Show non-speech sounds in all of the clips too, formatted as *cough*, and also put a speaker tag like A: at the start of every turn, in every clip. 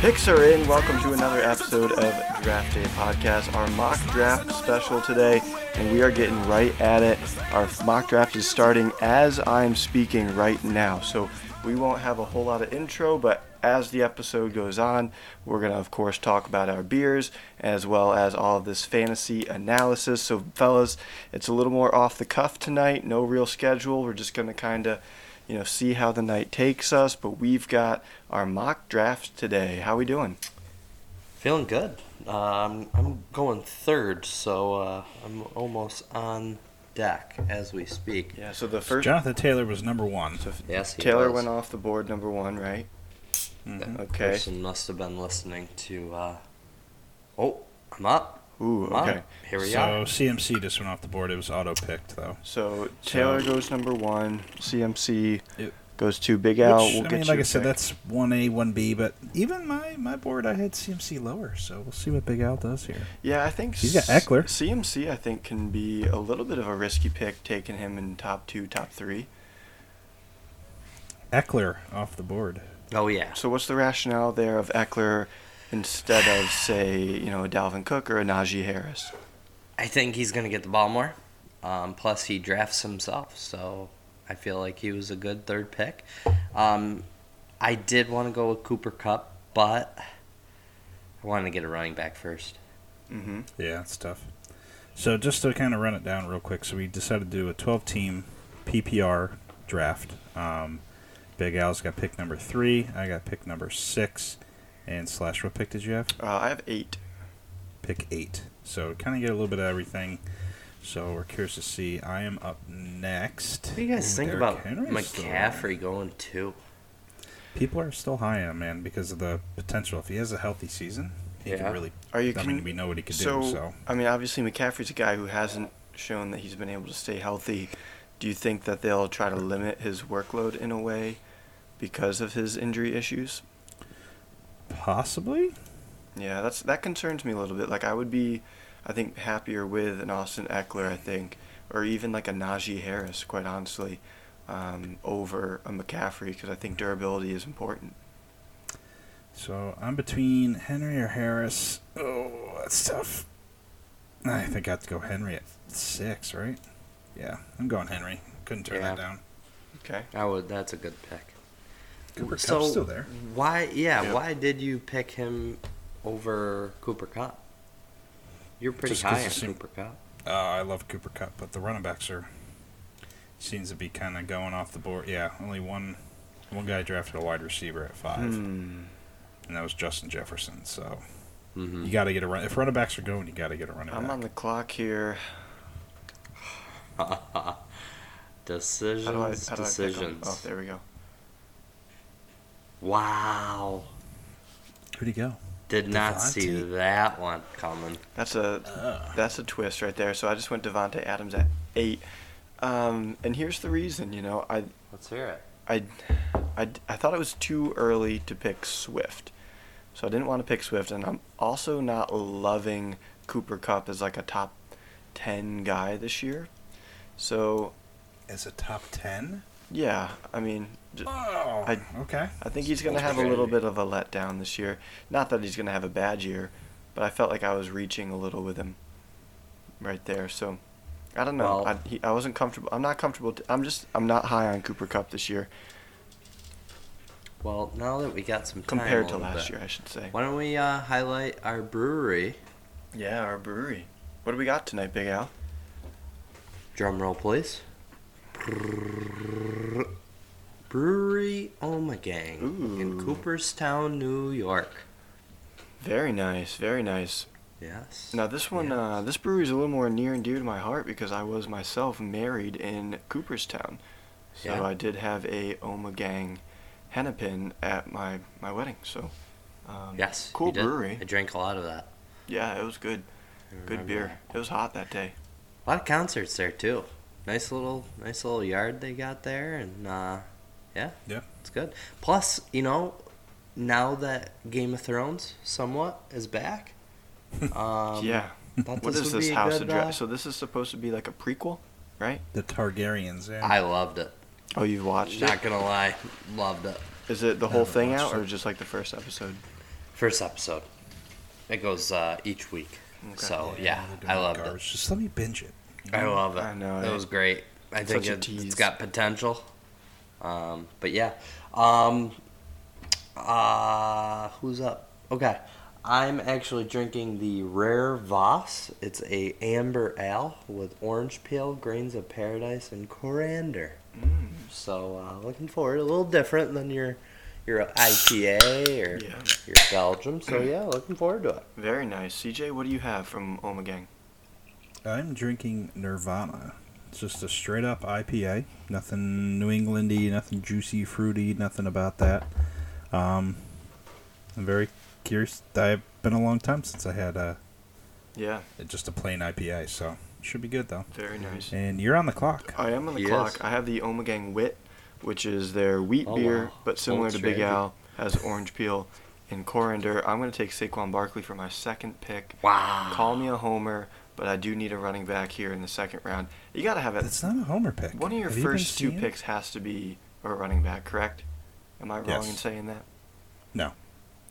A: Breaks are in. Welcome to another episode of Draft Day Podcast, our mock draft special today, and we are getting right at it. Our mock draft is starting as I'm speaking right now, so we won't have a whole lot of intro, but as the episode goes on, we're going to, of course, talk about our beers as well as all of this fantasy analysis. So, fellas, it's a little more off the cuff tonight, no real schedule. We're just going to kind of you know, see how the night takes us. But we've got our mock draft today. How we doing?
B: Feeling good. Um, I'm going third, so uh, I'm almost on deck as we speak.
A: Yeah. So the first
C: Jonathan Taylor was number one.
B: Yes, he
A: Taylor
B: was.
A: went off the board number one, right?
C: mm-hmm.
B: That
A: Okay.
B: person must have been listening to. Uh... Oh, I'm up.
A: Ooh.
B: I'm up.
A: Okay.
B: Here we
C: so
B: are.
C: CMC just went off the board. It was auto picked though.
A: So Taylor goes number one. CMC
C: Yep.
A: goes to Big Al.
C: Which,
A: we'll
C: I
A: get
C: mean,
A: you
C: like
A: a
C: I said,
A: pick.
C: that's one A, one B. But even my my board, I had CMC lower. So we'll see what Big Al does here.
A: yeah. I think
C: He's got
A: S-
C: Eckler.
A: CMC, I think, can be a little bit of a risky pick, taking him in top two, top three.
C: Eckler off the board.
B: Oh yeah.
A: So what's the rationale there of Eckler instead of say, you know, a Dalvin Cook or a Najee Harris?
B: I think he's gonna get the ball more. Um, plus, he drafts himself, so I feel like he was a good third pick. Um, I did want to go with Cooper Cup, but I wanted to get a running back first.
A: Mm-hmm.
C: Yeah, it's tough. So just to kind of run it down real quick, so we decided to do a 12-team PPR draft. Um, Big Al's got pick number three. I got pick number six. And slash, what pick did you have?
A: Uh, I have eight.
C: pick eight. So kind of get a little bit of everything. So we're curious to see. I am up next.
B: What do you guys
C: And
B: think
C: Derrick
B: about
C: Henry's still
B: McCaffrey going two?
C: on. People are still high on him, man, because of the potential. If he has a healthy season, he
B: Yeah.
C: can really.
A: Are you?
C: I
A: con-
C: mean, we know what he can
A: so,
C: do. So
A: I mean, obviously McCaffrey's a guy who hasn't shown that he's been able to stay healthy. Do you think that they'll try to limit his workload in a way because of his injury issues?
C: possibly,
A: Yeah, that's that concerns me a little bit. Like I would be, I think, happier with an Austin Eckler, I think, or even like a Najee Harris, quite honestly, um, over a McCaffrey because I think durability is important.
C: so I'm between Henry or Harris. Oh, that's tough. I think I have to go Henry at six, right? Yeah, I'm going Henry. Couldn't turn
B: Yeah.
C: that down.
A: Okay.
B: I would. That's a good pick.
C: Cooper
B: So-
C: Cup's still there.
B: Why? Yeah,
A: Yeah.
B: Why did you pick him over Cooper Cup? You're pretty
C: Just 'cause
B: high
C: it
B: on
C: seemed-
B: Cooper Cup.
C: Uh, I love Cooper Cup, but the running backs are seems to be kind of going off the board. Yeah, only one one guy drafted a wide receiver at five,
A: Hmm.
C: and that was Justin Jefferson. So
B: Mm-hmm. *laughs*
C: you got to get a run. If running backs are going, you got to get a running
A: I'm
C: back.
A: on the clock here.
B: decisions,
A: How do I? How do I pick 'em?
B: decisions.
A: Oh, there we go.
B: wow,
C: Who'd he go?
B: did not see
C: Devontae?
B: that one coming.
A: That's a
C: Uh,
A: That's a twist right there. So I just went Devonte Adams at eight, um, and here's the reason. You know, I,
B: Let's hear it.
A: I, I, I thought it was too early to pick Swift, so I didn't want to pick Swift, and I'm also not loving Cooper Cup as like a top ten guy this year. So
C: as a top ten.
A: yeah, I mean, j-
C: Oh,
A: I-
C: okay.
A: I think he's going to have a little bit of a letdown this year. Not that he's going to have a bad year, but I felt like I was reaching a little with him right there. So I don't know.
B: Well-
A: I, he, I wasn't comfortable. I'm not comfortable. T- I'm just. I'm not high on Cooper Cup this year
B: Well, now that we got some time
A: compared to
B: on
A: last
B: that,
A: year, I should say.
B: why don't we uh, highlight our brewery?
A: Yeah, our brewery. What do we got tonight, Big Al?
B: Drum roll, please. Brewery Oma Gang in
A: Ooh.
B: Cooperstown, New York.
A: Very nice. Very nice.
B: Yes.
A: Now this one,
B: Yes.
A: uh, this brewery is a little more near and dear to my heart because I was myself married in Cooperstown, so
B: Yeah.
A: I did have a Oma Gang Hennepin at my my wedding. So, um,
B: Yes. you
A: cool
B: did.
A: brewery.
B: I drank a lot of that.
A: Yeah, it was good.
B: I
A: Good
B: remember
A: beer. It was hot that day.
B: that. A lot of concerts there too. Nice little, nice little yard they got there, and uh, yeah.
C: Yeah.
B: It's good. Plus, you know, now that Game of Thrones somewhat
A: *laughs*
B: is back. um,
A: yeah. What
B: thought this
A: is
B: would
A: this
B: be a
A: house
B: good,
A: address?
B: uh,
A: so this is supposed to be like a prequel, right?
C: The Targaryens. Yeah.
B: I loved it.
A: Oh, you've watched
B: Not gonna lie, loved it.
A: it. Is it the
C: I
A: whole
C: haven't
A: thing
C: watched
A: out,
C: it.
A: or just like the first episode?
B: First episode. It goes uh, each week.
A: Okay.
B: So yeah,
C: we're doing
B: I loved it.
C: garbage. Just let me binge it.
B: I love it.
A: Mm, I know,
B: It
A: right?
B: was great. I think
A: Such a
B: it, it's
A: tease.
B: got potential. Um, but yeah. Um, uh, who's up? Okay. I'm actually drinking the Rare Voss. It's a amber ale with orange peel, grains of paradise, and coriander.
A: Mm.
B: So uh, looking forward. A little different than your your IPA or
A: Yeah.
B: your Belgium. So yeah, looking forward to it.
A: Very nice. CJ, what do you have from Oma Gang?
C: I'm drinking Nirvana. It's just a straight up IPA. Nothing New Englandy, nothing juicy, fruity, nothing about that. Um, I'm very curious. I've been a long time since I had a,
A: Yeah,
C: just a plain IPA, so should be good though.
A: very nice.
C: And you're on the clock.
A: I am on the
B: He
A: clock.
B: is.
A: I have the Oma Gang Wit, which is their wheat
B: Oh,
A: beer,
B: wow.
A: but similar
B: Old
A: to Big
B: strategy.
A: Al, has orange peel and coriander. I'm going to take Saquon Barkley for my second pick.
B: Wow.
A: Call me a homer, but I do need a running back here in the second round. You got to have it.
C: That's not a homer pick.
A: One of your
C: Have you been
A: first two
C: seeing?
A: picks has to be a running back, correct? Am I wrong
C: Yes.
A: in saying that?
C: No.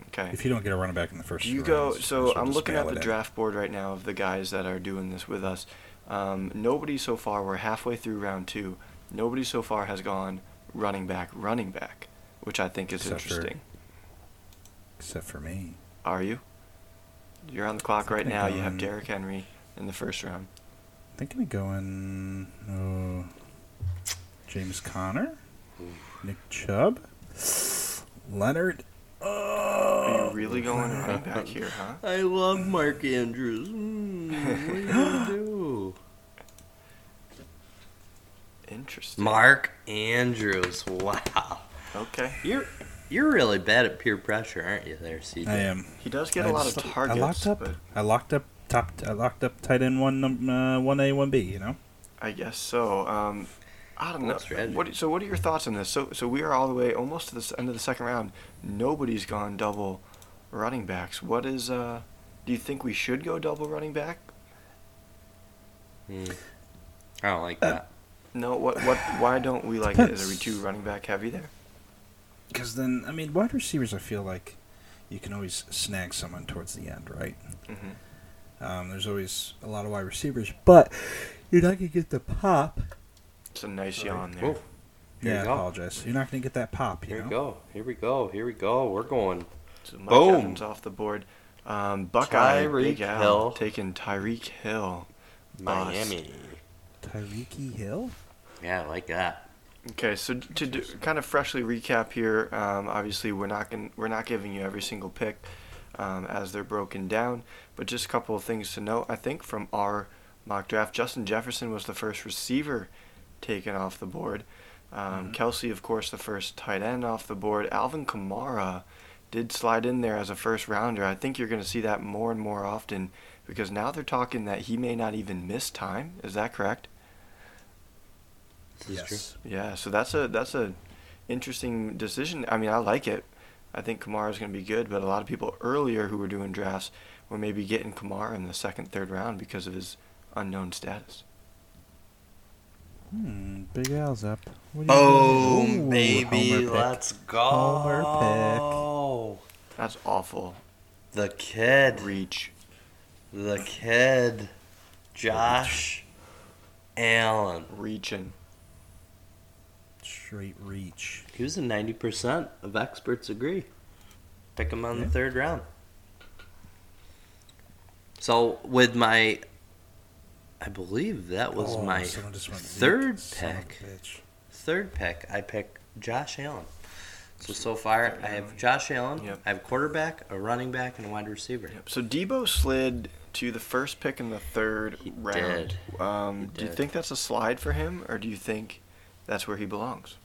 A: Okay.
C: If you don't get a running back in the first,
A: Do you
C: two
A: go?
C: rounds,
A: So
C: might as well
A: I'm
C: just
A: looking at
C: mail
A: the
C: it in.
A: draft board right now of the guys that are doing this with us. Um, nobody so far. We're halfway through round two. Nobody so far has gone running back, running back, which I think is
C: Except for-
A: interesting.
C: Except for me.
A: Are you? You're on the clock right
C: think
A: now. You have
C: I'm-
A: Derrick Henry in the first round.
C: I think I'm going. Oh, James Connor, Nick Chubb, Leonard.
A: Are
C: Oh,
A: you really going running back here, huh?
B: I love Mark Andrews. Mm, what are you gonna do?
A: Interesting.
B: *laughs* Mark Andrews. Wow.
A: Okay.
B: You're you're really bad at peer pressure, aren't you there, CJ?
C: I am.
A: He does get a
C: I
A: lot of
C: just-
A: targets.
C: I locked up.
A: But
C: I locked up top. I locked up tight end one, num- uh, one A, one B. You know.
A: I guess so. Um, I don't know.
B: What strategy?
A: What, so, what are your thoughts on this? So, so we are all the way almost to the s- end of the second round. Nobody's gone double running backs. What is? Uh, do you think we should go double running back?
B: Mm. I don't like that.
A: No. What? What? Why don't we like it? Is we too running back heavy there?
C: Because then, I mean, wide receivers. I feel like you can always snag someone towards the end, right?
A: Mm-hmm.
C: Um, there's always a lot of wide receivers, but you're not gonna get the pop.
A: It's a nice yawn there.
B: Oh, Here
C: yeah,
B: you
C: I
B: go.
C: apologize. You're not gonna get that pop. You
B: here
C: know.
B: we go. Here we go. Here we go. We're going.
A: So Mike
B: Boom.
A: Evans off the board. Um, Buckeye Big
B: Tyreek
A: Al
B: Hill.
A: taking Tyreek Hill. Bust.
B: Miami.
C: Tyreek Hill.
B: Yeah, I like that.
A: Okay, so to do, kind of freshly recap here, um, obviously we're not going we're not giving you every single pick um, as they're broken down, but just a couple of things to note. I think from our mock draft, Justin Jefferson was the first receiver taken off the board. Um, Kelsey, of course, the first tight end off the board. Alvin Kamara did slide in there as a first rounder. I think you're going to see that more and more often because now they're talking that he may not even miss time. Is that correct?
B: This is true.
A: Yeah, so that's a that's a interesting decision. I mean, I like it. I think Kamara's going to be good, but a lot of people earlier who were doing drafts were maybe getting Kamara in the second, third round because of his unknown status.
C: Hmm, Big Al's up. What do you
B: Boom,
C: do? Ooh,
B: baby.
C: homer pick.
B: Let's go.
C: Homer
A: That's awful.
B: The kid.
A: Reach.
B: The kid. Josh Allen.
A: Reaching.
C: Straight reach.
B: He was a 90% of experts agree. Pick him on
C: Yeah.
B: the third round. So, with my. I believe that was
C: Oh,
B: my
C: someone just went deep.
B: third
C: Son of a
B: pick.
C: bitch.
B: third pick. I pick Josh Allen. So, so far, I have Josh Allen.
A: Yep.
B: I have quarterback, a running back, and a wide receiver.
A: Yep. So Debo slid to the first pick in the third
B: He
A: round. Um,
B: He
A: do you
B: did.
A: think that's a slide for him, or do you think that's where he belongs?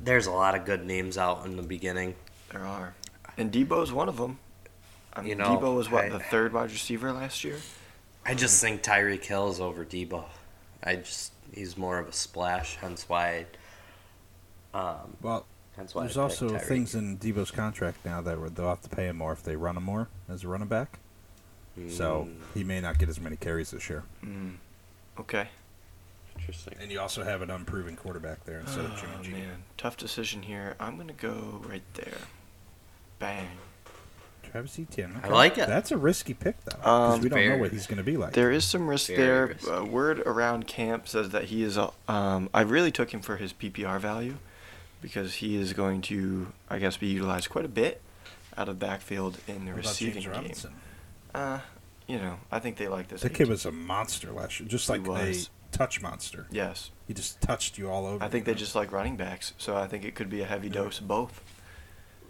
B: There's a lot of good names out in the beginning.
A: There are, and Debo's one of them. I mean,
B: You know,
A: Debo was what
B: I-
A: the third wide receiver last year.
B: I just
C: Mm-hmm.
B: think Tyreek Hill is over Debo. I just. He's more of a splash, hence why. Um,
C: Well,
B: hence why I
C: there's
B: picked
C: also
B: Tyreek.
C: things in Debo's contract now that were- they'll have to pay him more if they run him more as a running back. So
B: Mm,
C: he may not get as many carries this year.
A: Mm. Okay.
B: interesting.
C: And you also have an unproven
B: Oh,
A: Oh,
C: quarterback there instead of Jimmy G.
A: Man, tough decision here. I'm gonna go right there. Bang.
C: Travis Etienne.
B: I like it.
C: That's a risky pick, though, because
A: Um,
C: we don't know
B: Very.
C: what he's going to be like.
A: There is some risk
B: Very
A: there.
B: risky.
A: Uh, word around camp says that he is. uh, Um, I really took him for his PPR value because he is going to, I guess, be utilized quite a bit out of backfield in the
C: What about
A: receiving
C: James
A: game.
C: Robinson?
A: Uh, you know, I think they like this.
C: That
A: eight.
C: kid was a monster last year, just
A: He
C: like a
A: was.
C: touch monster.
A: Yes,
C: He just touched you all over.
A: I think they
C: you know?
A: just like running backs, so I think it could be a heavy
C: Yeah.
A: dose of both,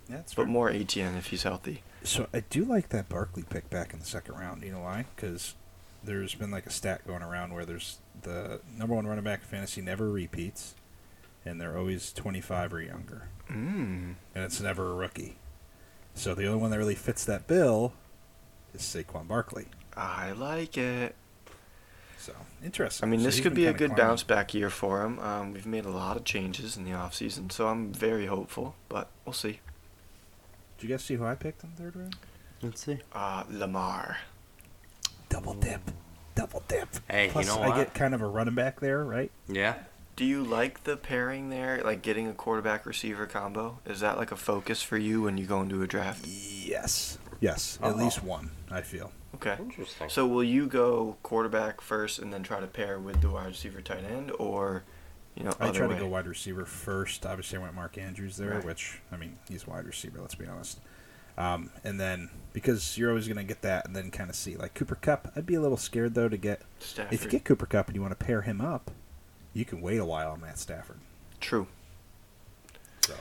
C: Yeah, that's
A: but
C: fair.
A: more ATN if he's healthy.
C: So I do like that Barkley pick back in the second round. You know why? Because there's been like a stat going around where there's the number one running back in fantasy never repeats, and they're always 25 or younger,
A: Mm.
C: and it's never a rookie. So the only one that really fits that bill is Saquon Barkley.
A: I like it.
C: So interesting.
A: I mean,
C: So
A: this
C: he's
A: could
C: been
A: be a
C: kinda
A: good
C: climbing.
A: bounce back year for him. Um, we've made a lot of changes in the offseason, so I'm very hopeful, but we'll see.
C: Did you guys see who I picked in the third round?
B: Let's see.
A: Uh, Lamar.
C: Double dip, double dip.
B: Hey, you
C: Plus,
B: know
C: I
B: what?
C: get kind of a running back there, right?
B: Yeah.
A: Do you like the pairing there, like getting a quarterback receiver combo? Is that like a focus for you when you go into a draft?
C: Yes. Yes,
B: Uh-oh.
C: at least one. I feel.
A: Okay.
B: Interesting.
A: So will you go quarterback first and then try to pair with the wide receiver tight end or you know
C: I
A: other
C: tried
A: way?
C: to go wide receiver first. Obviously, I went Mark Andrews there,
A: Right.
C: which I mean, he's wide receiver. Let's be honest. Um, and then because you're always going to get that, and then kind of see like Cooper Cup. I'd be a little scared though to get
A: Stafford.
C: if you get Cooper Cup and you want to pair him up, you can wait a while on Matt Stafford.
A: True.
C: So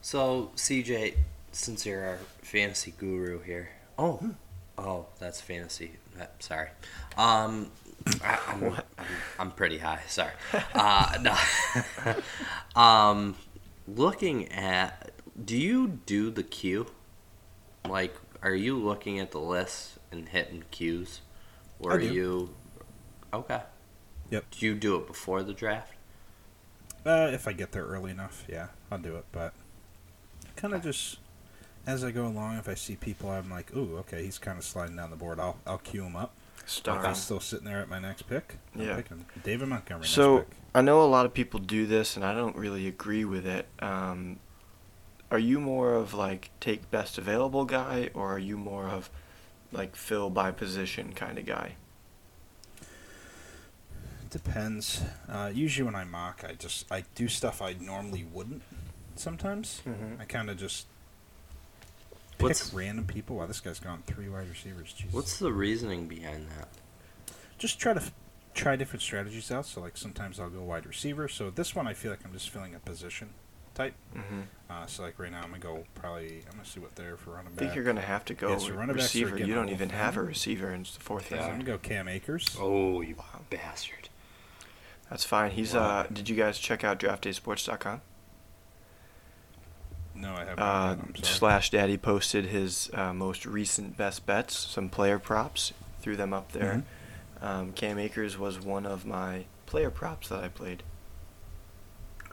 B: So, CJ, since you're our fantasy guru here.
C: Hmm.
B: Oh. Oh, that's fantasy. Uh, Sorry. Um, I, I'm, I'm, I'm pretty high. Sorry. Uh, *laughs* no. *laughs* um, looking at, do you do the queue? Like, are you looking at the list and hitting cues? Or
C: I
B: are
C: do.
B: you. Okay.
C: Yep.
B: Do you do it before the draft?
C: uh, if I get there early enough, yeah, I'll do it. But kind
A: Uh.
C: of just as I go along, if I see people, I'm like, ooh, okay, he's kind of sliding down the board. I'll I'll cue him up. If
A: Star.
C: he's still sitting there at my next pick, I'm
A: Yeah.
C: picking David Montgomery. next
A: So
C: pick.
A: I know a lot of people do this, and I don't really agree with it. Um, are you more of like take best available guy, or are you more of like fill by position kind of guy?
C: Depends. Uh, usually when I mock, I just I do stuff I normally wouldn't. Sometimes
A: Mhm.
C: I kind of just pick
B: What's-
C: random people. Wow, this guy's gone three wide receivers. Jesus.
B: What's the reasoning behind that?
C: just try to f- try different strategies out. So like sometimes I'll go wide receiver. So this one I feel like I'm just filling a position type.
A: Mm-hmm.
C: Uh, so like right now I'm gonna go probably I'm gonna see what they're for running
A: I
C: back.
A: think you're gonna have to go
C: Yeah, so running backs are
A: receiver.
C: getting
A: You don't
C: old
A: even
C: now.
A: have a receiver, and it's the fourth
C: So I'm
A: round.
C: gonna go Cam Akers.
B: Oh, you bastard.
A: That's fine. He's uh. Did you guys check out draftdaysports.com?
C: No, I haven't.
A: Uh,
C: I'm sorry.
A: Slash Daddy posted his uh, most recent best bets, some player props, threw them up there.
C: Mm-hmm.
A: Um, Cam Akers was one of my player props that I played.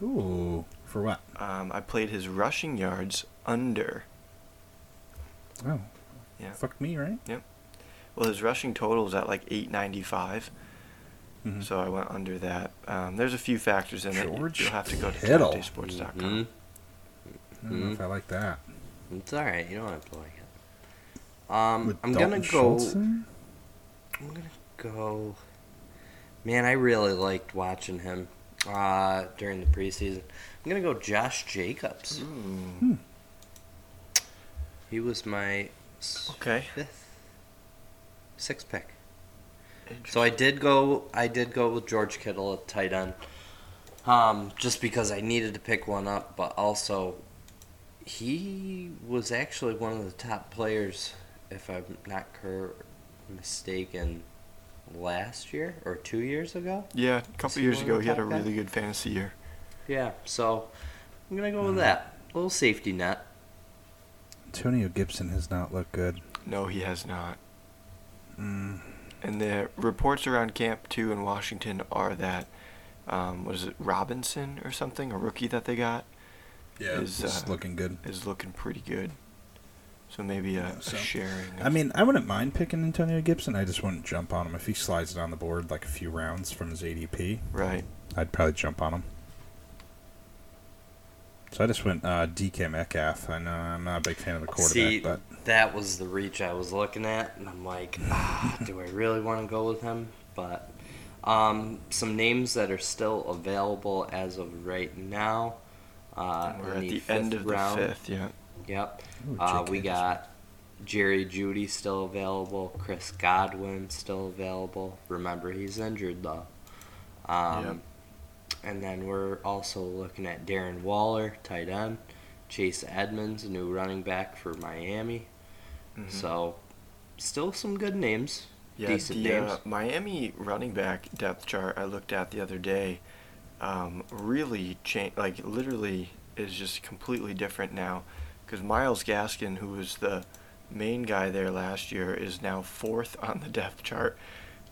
C: Ooh, for what?
A: Um, I played his rushing yards under.
C: Oh,
A: Yeah.
C: Fuck me, right?
A: Well, his rushing total is at like 895,
C: Mhm.
A: so I went under that. Um, there's a few factors in it.
C: George
A: You'll have to go to
C: Kittle.
A: DraftDaySports.com.
B: Mhm.
C: I don't know
B: Mm-hmm.
C: if I like that.
B: It's all right. You don't have to like it. Um,
C: With
B: I'm
C: Dalton
B: gonna go.
C: Schultz in?
B: I'm gonna go. Man, I really liked watching him uh, during the preseason. I'm gonna go Josh Jacobs.
C: Hmm.
A: Ooh.
B: He was my s-
A: Okay.
B: fifth, sixth pick. So I did go. I did go with George Kittle at tight end, um, just because I needed to pick one up. But also, he was actually one of the top players, if I'm not cur- mistaken, last year or two years ago.
A: Yeah, a
B: Is
A: couple
B: he
A: years
B: one of
A: ago,
B: the
A: he had a
B: top guys?
A: really good fantasy year.
B: Yeah. So I'm gonna go with that little safety net.
C: Antonio Gibson has not looked good.
A: No, he has not.
C: Mm.
A: And the reports around Camp 2 in Washington are that, um, was it Robinson or something, a rookie that they got, Yeah. Is,
C: It's
A: uh,
C: looking good.
A: is looking pretty good. So maybe a, a
C: So-
A: sharing.
C: I mean, I wouldn't mind picking Antonio Gibson. I just wouldn't jump on him if he slides down the board like a few rounds from his ADP.
A: Right.
C: I'd probably jump on him. So I just went uh, DK Metcalf. I know I'm not a big fan of the quarterback,
B: See,
C: but
B: that was the reach I was looking at, and I'm like, ah, do I really want to go with him? But um, some names that are still available as of right now. Uh,
A: We're
B: in
A: at the end of
B: round.
A: the fifth, yeah.
B: Yep.
C: Ooh,
B: Uh, we
C: JK.
B: got Jerry Judy still available. Chris Godwin still available. Remember, he's injured though. Um,
A: Yep.
B: And then we're also looking at Darren Waller, tight end. Chase Edmonds, new running back for Miami.
A: Mhm.
B: So, still some good names.
A: Yeah,
B: decent
A: the
B: names.
A: Uh, Miami running back depth chart I looked at the other day um, really changed, like literally is just completely different now because Miles Gaskin, who was the main guy there last year, is now fourth *laughs* on the depth chart.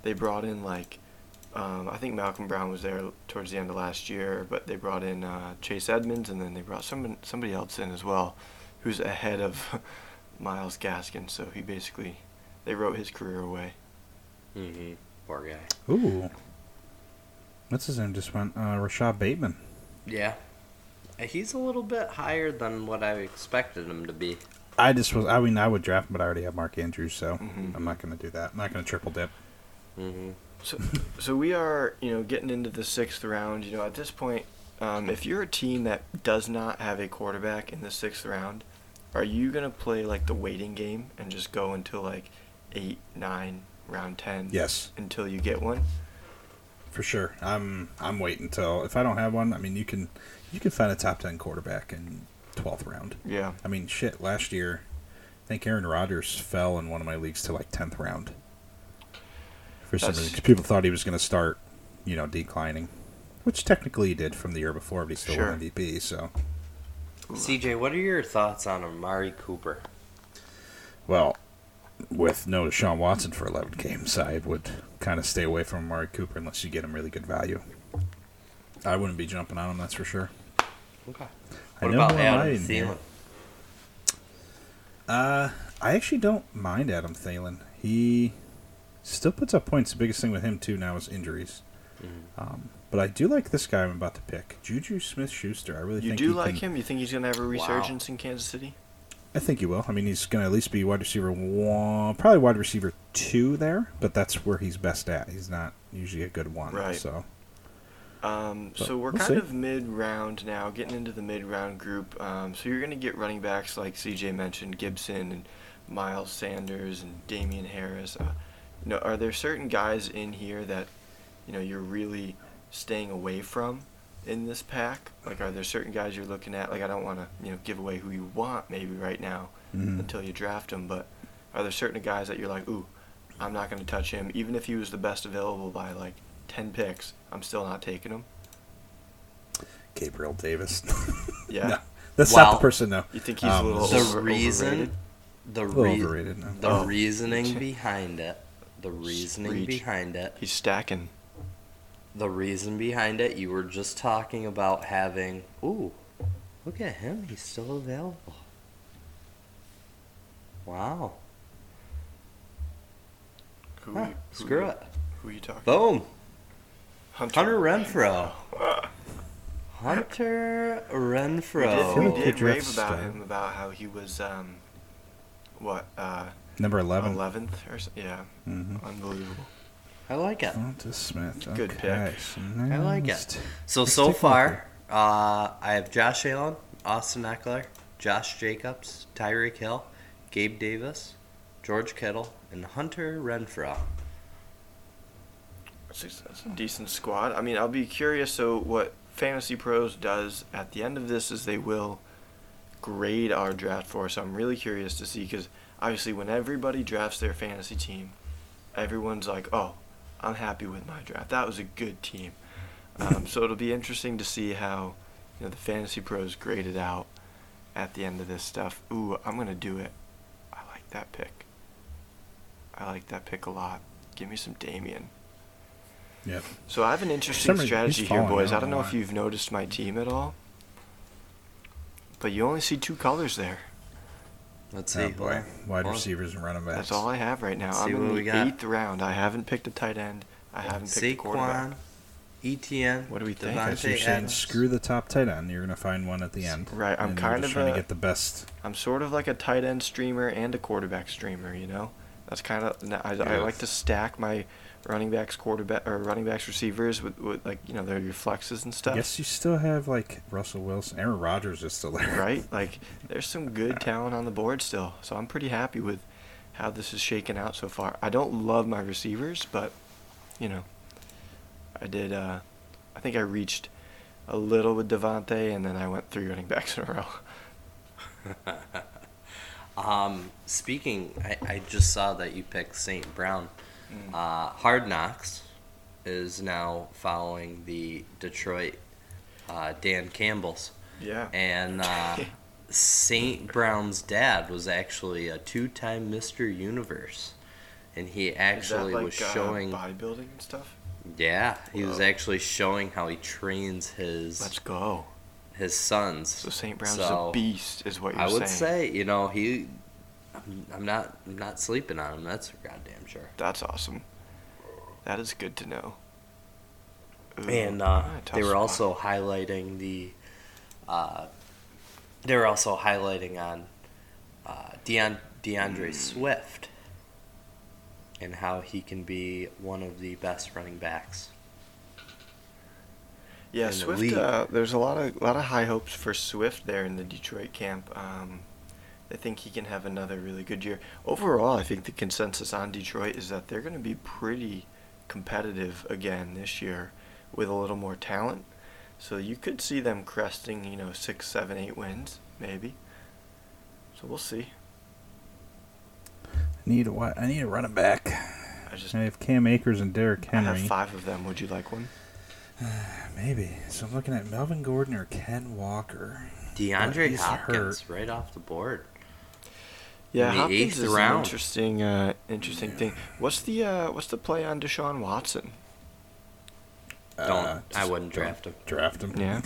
A: They brought in like, um, I think Malcolm Brown was there towards the end of last year, but they brought in uh, Chase Edmonds and then they brought someone, somebody else in as well who's ahead of *laughs* Miles Gaskin. So he basically, they wrote his career away.
B: Mm-hmm. Poor guy.
C: ooh, what's his name? Just went uh, Rashad Bateman.
B: Yeah. Uh, He's a little bit higher than what I expected him to be.
C: I just was. I mean, I would draft him, but I already have Mark Andrews, so
A: Mhm.
C: I'm not going to do that. I'm not going to triple dip.
B: Mm-hmm.
A: So, so we are, you know, getting into the sixth round. You know, at this point, um, if you're a team that does not have a quarterback in the sixth round, are you gonna play like the waiting game and just go until like eight, nine, round ten?
C: Yes,
A: Until you get one.
C: for sure. I'm. I'm waiting until if I don't have one. I mean, you can. You can find a top ten quarterback in twelfth round.
A: Yeah.
C: I mean, shit. Last year, I think Aaron Rodgers fell in one of my leagues to like tenth round. For some
A: That's-
C: reason, 'cause people thought he was going to start, you know, declining, which technically he did from the year before, but he still
A: Sure.
C: won MVP. So,
B: CJ, what are your thoughts on Amari Cooper?
C: well, with no Deshaun Watson for eleven games, I would kind of stay away from Amari Cooper unless you get him really good value. I wouldn't be jumping on him, that's for sure.
B: Okay.
C: I
B: What
C: know
B: about
C: who I'm
B: Adam
C: eyeing here.
B: Thielen?
C: Uh, I actually don't mind Adam Thielen. He still puts up points. The biggest thing with him too now is injuries.
B: Mm-hmm.
C: Um, but I do like this guy I'm about to pick, Juju Smith-Schuster. I really
A: You
C: think
A: do
C: he
A: like
C: can-
A: him? You think he's gonna have a
B: Wow.
A: resurgence in Kansas City?
C: I think he will. I mean, he's going to at least be wide receiver one, probably wide receiver two there. But that's where he's best at. He's not usually a good one.
A: Right.
C: So
A: Um,
C: But
A: so we're
C: we'll
A: kind
C: see.
A: of mid round now, getting into the mid round group. Um, so you're going to get running backs like CJ mentioned, Gibson and Miles Sanders and Damian Harris. Uh, you know, are there certain guys in here that you know you're really staying away from in this pack? Like, are there certain guys you're looking at? Like, I don't want to you know give away who you want maybe right now
C: Mhm.
A: until you draft them, but are there certain guys that you're like, ooh, I'm not going to touch him, even if he was the best available by like ten picks, I'm still not taking him.
C: Gabriel Davis. *laughs*
A: Yeah.
C: No, that's not
B: Well,
C: the person. No.
A: You think he's
C: Um,
A: a little
B: The
A: over-
B: reason,
A: Oh, overrated?
B: the
C: A little
B: rea-
C: overrated. No.
B: the
A: Oh.
B: reasoning behind it, the reasoning
A: Reach.
B: behind it,
A: He's stacking.
B: the reason behind it. You were just talking about having. Ooh, look at him. He's still available. Wow.
A: Who,
B: Huh, screw it.
A: Who you talking?
B: Boom.
A: Hunter.
B: Hunter Renfro. Hunter
A: We did, we
C: Who
B: Renfro.
A: did
C: picked
A: rave
C: Ref
A: about
C: Stein?
A: him about how he was um, what uh,
C: Number 11
A: eleventh or so. yeah,
C: Mm-hmm.
A: unbelievable.
B: I like it.
C: Fonta Smith.
A: Good
C: okay,
A: pick.
C: so
B: I like
C: next.
B: it. So
C: Let's
B: so
C: take a look
B: far, uh, I have Josh Allen, Austin Eckler, Josh Jacobs, Tyreek Hill, Gabe Davis, George Kittle, and Hunter Renfro.
A: That's a, that's a decent squad. I mean, I'll be curious. So what Fantasy Pros does at the end of this is they will grade our draft for us. I'm really curious to see because obviously when everybody drafts their fantasy team, everyone's like, "Oh, I'm happy with my draft. That was a good team." Um, so it'll be interesting to see how you know the fantasy pros grade it out at the end of this stuff. Ooh, I'm gonna do it. I like that pick. I like that pick a lot. Give me some Damien.
C: Yep.
A: So I have an interesting
C: reason,
A: strategy
C: he's
A: here,
C: falling
A: boys.
C: down
A: I don't know
C: a
A: if
C: lot.
A: you've noticed my team at all, but you only see two colors there.
B: Let's see.
C: Oh boy, wide
B: Well,
C: receivers and running backs.
A: That's all I have right now.
B: Let's see
A: I'm
B: what
A: in
B: we
A: the
B: got.
A: eighth round. I haven't picked a tight end. I haven't picked a quarterback.
B: Saquon ETN.
A: What do we think?
C: Because you're
B: Devontae
C: saying
B: Adams.
C: screw the top tight end. You're going to find one at the end.
A: Right, I'm
C: And you're
A: kind
C: just
A: of
C: trying
A: a-
C: to get the best.
A: I'm sort of like a tight end streamer and a quarterback streamer. You know, that's kind of I, I
D: Yeah.
A: like to stack my running backs, quarterback or running backs, receivers with, with like you know they're your flexes and
C: I
A: stuff.
C: guess you still have like Russell Wilson, Aaron Rodgers is still there.
A: Right, like there's some good talent on the board still, so I'm pretty happy with how this is shaking out so far. I don't love my receivers, but you know, I did. Uh, I think I reached a little with Devontae, and then I went three running backs in a row.
B: Um, speaking, I, I just saw that you picked St. Brown. Uh, Hard Knocks is now following the Detroit uh, Dan Campbell's.
A: Yeah.
B: And uh,
A: *laughs*
B: St. Brown's dad was actually a two time Mr. Universe. And he actually was showing.
A: uh, bodybuilding and stuff.
B: yeah, he was
A: Whoa.
B: actually showing how he trains his
A: Let's go.
B: his sons.
A: So St. Brown's
B: So-
A: a beast, is what you're
B: I
A: saying.
B: would say, you know, he. I'm- I'm not. I'm not sleeping on him. That's for goddamn sure.
A: That's awesome. That is good to know. Ooh,
B: And
C: Oh,
B: uh,
A: ah, tough
B: they were
A: spot.
B: also highlighting the. Uh, they were also highlighting on uh, Deon, DeAndre
C: Hmm.
B: Swift and how he can be one of the best running backs.
A: Yeah,
B: in the
A: Swift.
B: league.
A: uh, there's a lot of lot of high hopes for Swift there in the Detroit camp. Um, I think he can have another really good year. Overall, I think the consensus on Detroit is that they're going to be pretty competitive again this year with a little more talent. So you could see them cresting, you know, six, seven, eight wins maybe. So we'll see.
C: Need a wi- I need a running back.
A: I just
C: I have Cam Akers and Derrick
A: I
C: Henry.
A: have five of them. Would you like one?
C: Maybe. So I'm looking at Melvin Gordon or Ken Walker.
B: DeAndre
C: he's
B: Hopkins
C: hurt.
B: right off the board.
A: Yeah,
B: the
A: Hopkins
B: eighth
A: is an
B: round.
A: interesting, uh, interesting thing. What's the uh, what's the play on Deshaun Watson?
B: Don't.
C: Uh,
B: I
C: just
B: wouldn't draft him.
C: Draft him.
A: Yeah.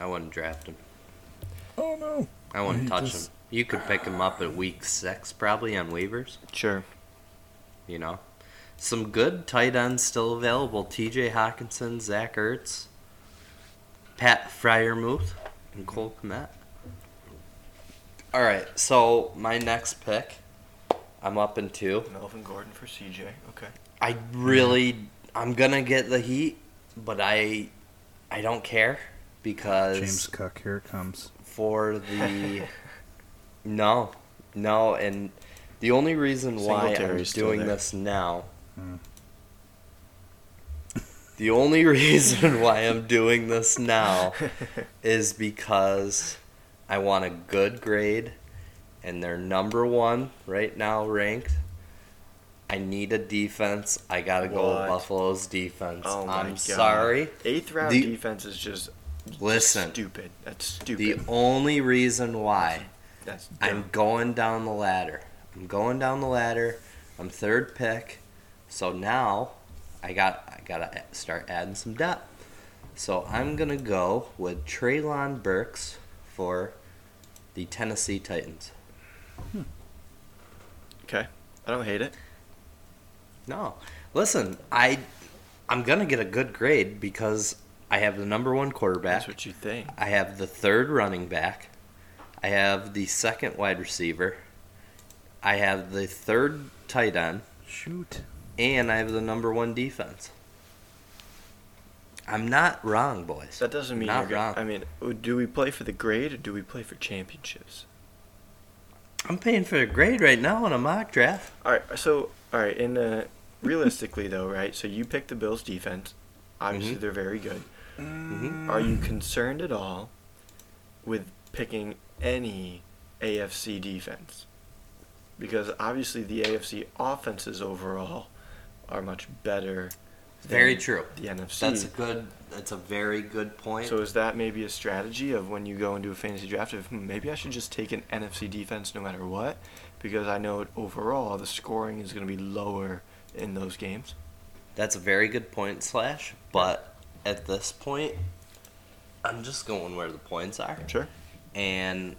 B: I wouldn't draft him.
C: *laughs* Oh no.
B: I wouldn't
C: He
B: touch
C: just-
B: him. You could pick him up at week six probably on waivers.
A: Sure.
B: You know, some good tight ends still available: T.J. Hawkinson, Zach Ertz, Pat Fryermuth, and Cole Kmet. All right, so my next pick, I'm up in two.
A: Melvin Gordon for CJ. Okay.
B: *laughs* I really, I'm gonna get the heat, but I, I don't care because
C: James Cook, here it comes.
B: for
A: *laughs*
B: the, no, no, and the only reason why I'm
A: Singletary's still
B: doing
A: there.
B: this now
C: Hmm.
B: *laughs* The only reason why I'm doing
A: *laughs*
B: this now is because I want a good grade and they're number one right now ranked. I need a defense. I got to go
A: What?
B: Buffalo's defense.
A: Oh my
B: I'm
A: God.
B: sorry.
A: Eighth round
B: The-
A: defense is just
B: Listen,
A: stupid. That's
B: the
A: stupid.
B: only reason why
A: That's dumb.
B: I'm going down the ladder. I'm going down the ladder. I'm third pick. So now I got I gotta start adding some depth. So I'm gonna go with Traylon Burks for the Tennessee Titans.
A: okay. I don't hate it.
B: No. Listen, I I'm gonna get a good grade because I have the number one quarterback.
A: That's what you think.
B: I have the third running back. I have the second wide receiver. I have the third tight end.
C: Shoot.
B: and I have the number one defense. I'm not wrong, boys.
A: That doesn't mean
B: Not
A: you're gonna-
B: wrong.
A: I mean, w- do we play for the grade or do we play for championships?
B: I'm paying for a grade right now on a mock draft.
A: All right. So, all right. In uh, realistically though, right? So you pick the Bills defense. Obviously,
B: Mhm.
A: they're very good.
B: Mm-hmm.
A: Are you concerned at all with picking any AFC defense? Because obviously the AFC offenses overall are much better.
B: Very
A: than
B: true.
A: The NFC.
B: That's a good. That's a very good point.
A: so is that maybe a strategy of when you go into a fantasy draft of hmm, maybe I should just take an NFC defense no matter what because I know overall the scoring is going to be lower in those games.
B: That's a very good point, Slash. But at this point, I'm just going where the points are.
A: Sure.
B: And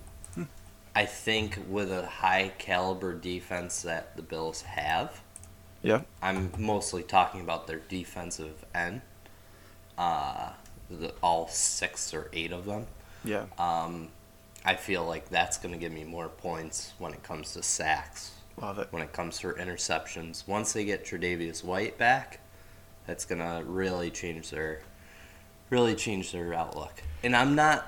B: I think with a high caliber defense that the Bills have,
A: Yeah.
B: I'm mostly talking about their defensive end. uh, the, all six or eight of them.
A: Yeah.
B: Um, I feel like that's going to give me more points when it comes to sacks,
A: Love it.
B: when it comes for interceptions. Once they get Tre'Davious White back, that's going to really change their really change their outlook. And I'm not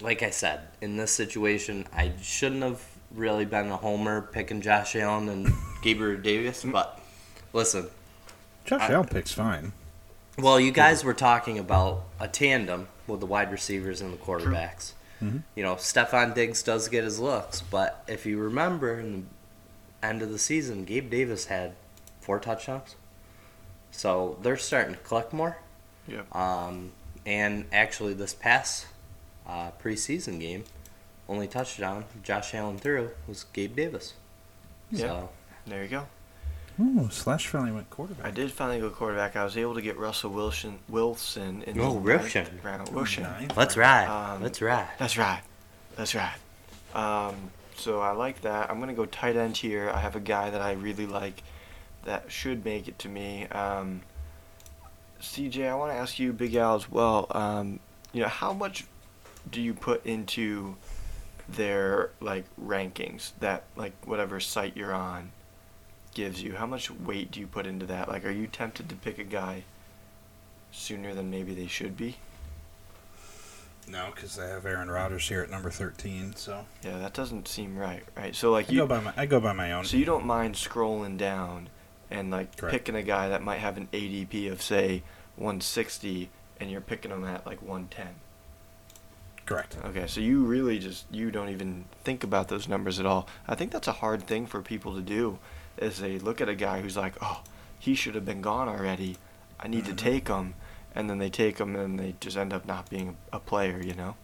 B: like I said, in this situation, I shouldn't have really been a homer picking Josh Allen and Gabriel Davis, but listen,
C: Josh
B: I-
C: Allen picks fine.
B: well, you guys were talking about a tandem with the wide receivers and the quarterbacks.
A: Mm-hmm.
C: Mhm.
B: You know, Stefan Diggs does get his looks, but if you remember in the end of the season, Gabe Davis had four touchdowns. So they're starting to collect more.
A: Yeah.
B: Um, and actually, this past uh, preseason game, only touchdown Josh Allen threw was Gabe Davis.
A: Yeah.
B: So
A: There you go.
C: Ooh, Slash finally went quarterback.
A: I did finally go quarterback. I was able to get Russell Wilson Wilson in
B: Oh,
A: the
B: Wilson.
A: ninth round. Wilson.
C: Nine.
B: let's ride.
A: Um,
B: let's ride.
A: That's right. That's right. Um, so I like that. I'm going to go tight end here. I have a guy that I really like that should make it to me. Um, CJ, I want to ask you, Big Al, as well. Um, you know, how much do you put into their like rankings that like whatever site you're on gives you? How much weight do you put into that? Like, are you tempted to pick a guy sooner than maybe they should be?
C: No, because I have Aaron Rodgers here at number thirteen. So
A: Yeah, that doesn't seem right, right? So like
C: I
A: you
C: go by my I go by my own.
A: So you don't mind scrolling down and like
C: Correct.
A: picking a guy that might have an ADP of say 160 and you're picking him at like 110.
C: Correct.
A: Okay, so you really just you don't even think about those numbers at all. I think that's a hard thing for people to do is they look at a guy who's like, "Oh, he should have been gone already. I need
C: Mhm.
A: to take him." And then they take him and they just end up not being a player, you know?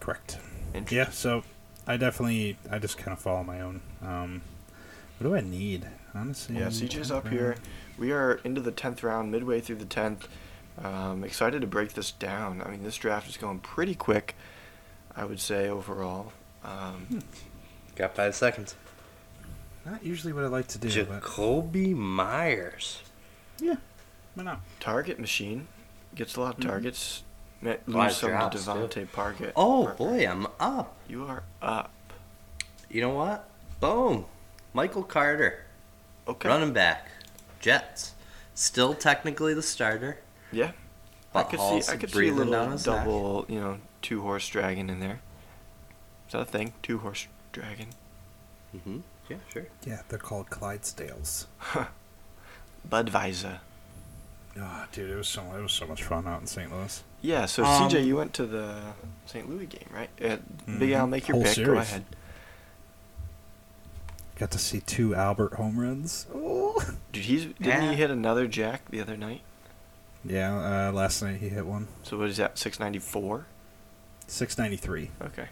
C: Correct.
A: Interesting.
C: Yeah. So I definitely I just kind of follow my own. Um, what do I need? Honestly.
A: Yeah, CJ's up here. We are into the 10th round, midway through the 10th. Um, excited to break this down. I mean, this draft is going pretty quick, I would say, overall. Um,
B: Got five seconds.
C: Not usually what I like to do, but
B: Jacoby Myers.
C: why not?
A: target machine gets a lot of
C: Mhm.
A: targets. Met,
B: Mm-hmm. Lot
A: lose
B: of
A: some to
B: drops, too.
A: Devontae Parker.
B: Oh
A: Parker.
B: boy, I'm up.
A: You are up.
B: You know what? Boom. Michael Carter,
A: Okay.
B: running back, Jets. Still technically the starter.
A: Yeah. I
B: But
A: could
B: Hall's
A: see. I could see a
B: breathing down
A: little
B: his neck.
A: double, you know, two horse dragon in there. Is that a thing? Two horse dragon.
B: Mhm. Yeah, sure.
C: Yeah, they're called Clydesdales.
A: Budweiser.
C: Ah, dude, it was so it was so much fun out in St. Louis.
A: Yeah, so
B: Um,
A: CJ, you went to the St. Louis game, right? Uh, Big
B: Mm-hmm.
C: Mhm.
A: Al, make your
C: Whole
A: pick. Go
C: series.
A: ahead.
C: Got to see two Albert home runs. *laughs* Oh.
A: Dude, he's didn't
B: Yeah.
A: he hit another jack the other night?
C: Yeah, uh, last night he hit one.
A: So what is that? Six ninety four.
C: Six ninety three.
A: Okay.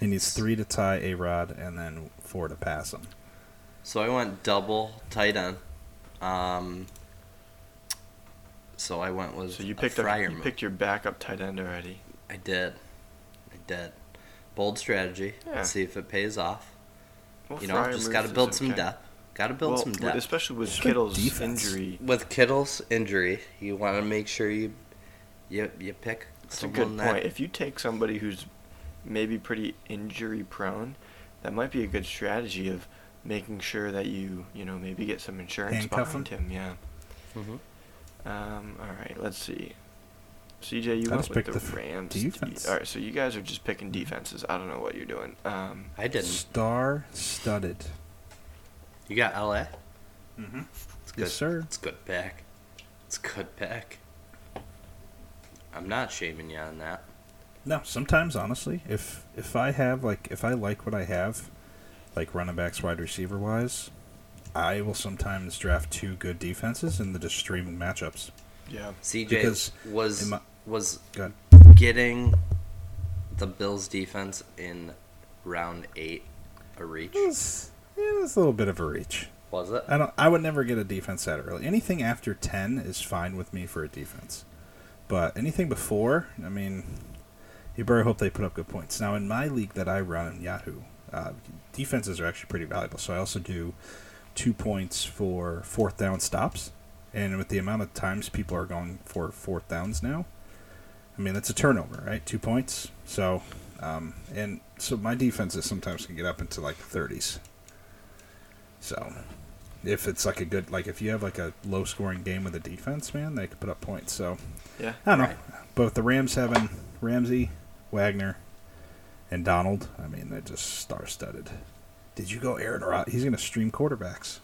C: He needs three to tie A Rod and then four to pass him.
B: So I went double tight end. Um, so I went with
A: So you
B: a
A: picked up,
B: Fryer
A: you
B: move.
A: picked your backup tight end already.
B: I did. I did. Bold strategy.
A: Yeah.
B: Let's see if it pays off.
A: Well,
B: you know,
A: Fryer
B: just
A: moves
B: got to
A: is
B: build some
A: okay.
B: depth. Got to build
A: Well,
B: some
A: with-
B: depth.
A: especially with
C: It's good
A: Kittle's
C: defense.
A: injury.
B: With Kittle's injury, you want to make sure you you you pick
A: That's a
B: someone
A: good
B: that
A: point. If you take somebody who's maybe pretty injury prone, that might be a good strategy of making sure that you you know maybe get some insurance
C: Handcuff him?
A: behind him. Yeah.
B: Mhm.
A: Um, all right, let's see. CJ, you went
C: I just
A: with
C: picked
A: the,
C: the f-
A: Rams.
C: defense. Mm-hmm.
A: All right, so you guys are just picking defenses. I don't know what you're doing. Um,
B: I didn't.
C: Star studded.
B: You got LA.
C: Mm-hmm.
B: It's good.
C: Yes, sir.
B: It's good pick. It's good pick. I'm not shaming you on that.
C: No, sometimes honestly, if if I have like if I like what I have, like running backs, wide receiver wise, I will sometimes draft two good defenses and the just streaming matchups.
A: yeah.
B: CJ
C: Because
B: was
C: in my-
B: was
C: Go ahead.
B: getting the Bills defense in round eight a reach.
C: It was, it was a little bit of a reach.
B: Was it?
C: I don't. I would never get a defense that early. Anything after ten is fine with me for a defense, but anything before, I mean, you better hope they put up good points. Now, in my league that I run in Yahoo, uh, defenses are actually pretty valuable. So I also do two points for fourth down stops And with the amount of times people are going for fourth downs now, I mean, that's a turnover, right? Two points. So, um, and so my defenses sometimes can get up into like the 30s. So, if it's like a good, like if you have like a low scoring game with a defense, man, they could put up points. So,
A: Yeah.
C: I don't know.
B: Right.
C: Both the Rams having Ramsey, Wagner, and Donald, I mean, they're just star studded. Did you go Aaron Rodgers? He's going to stream quarterbacks.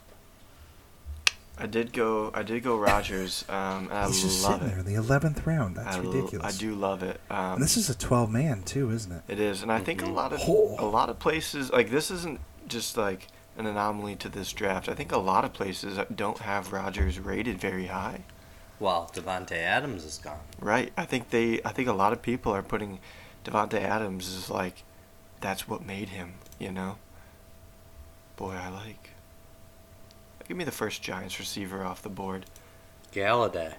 A: I did go. I did go Rogers. Um, and I
C: He's just
A: love
C: sitting there
A: it.
C: in the 11th round. That's
A: I l-
C: ridiculous.
A: I do love it. Um,
C: And this is a 12 man, too, isn't it?
A: It is, and I think a
B: Mhm.
A: lot of
C: Oh.
A: a lot of places like this isn't just like an anomaly to this draft. I think a lot of places don't have Rodgers rated very high.
B: Well, Devonte Adams is gone.
A: Right. I think they. I think a lot of people are putting Devonte Adams as like that's what made him. You know. Boy, I like. Give me the first Giants receiver off the board.
B: Galladay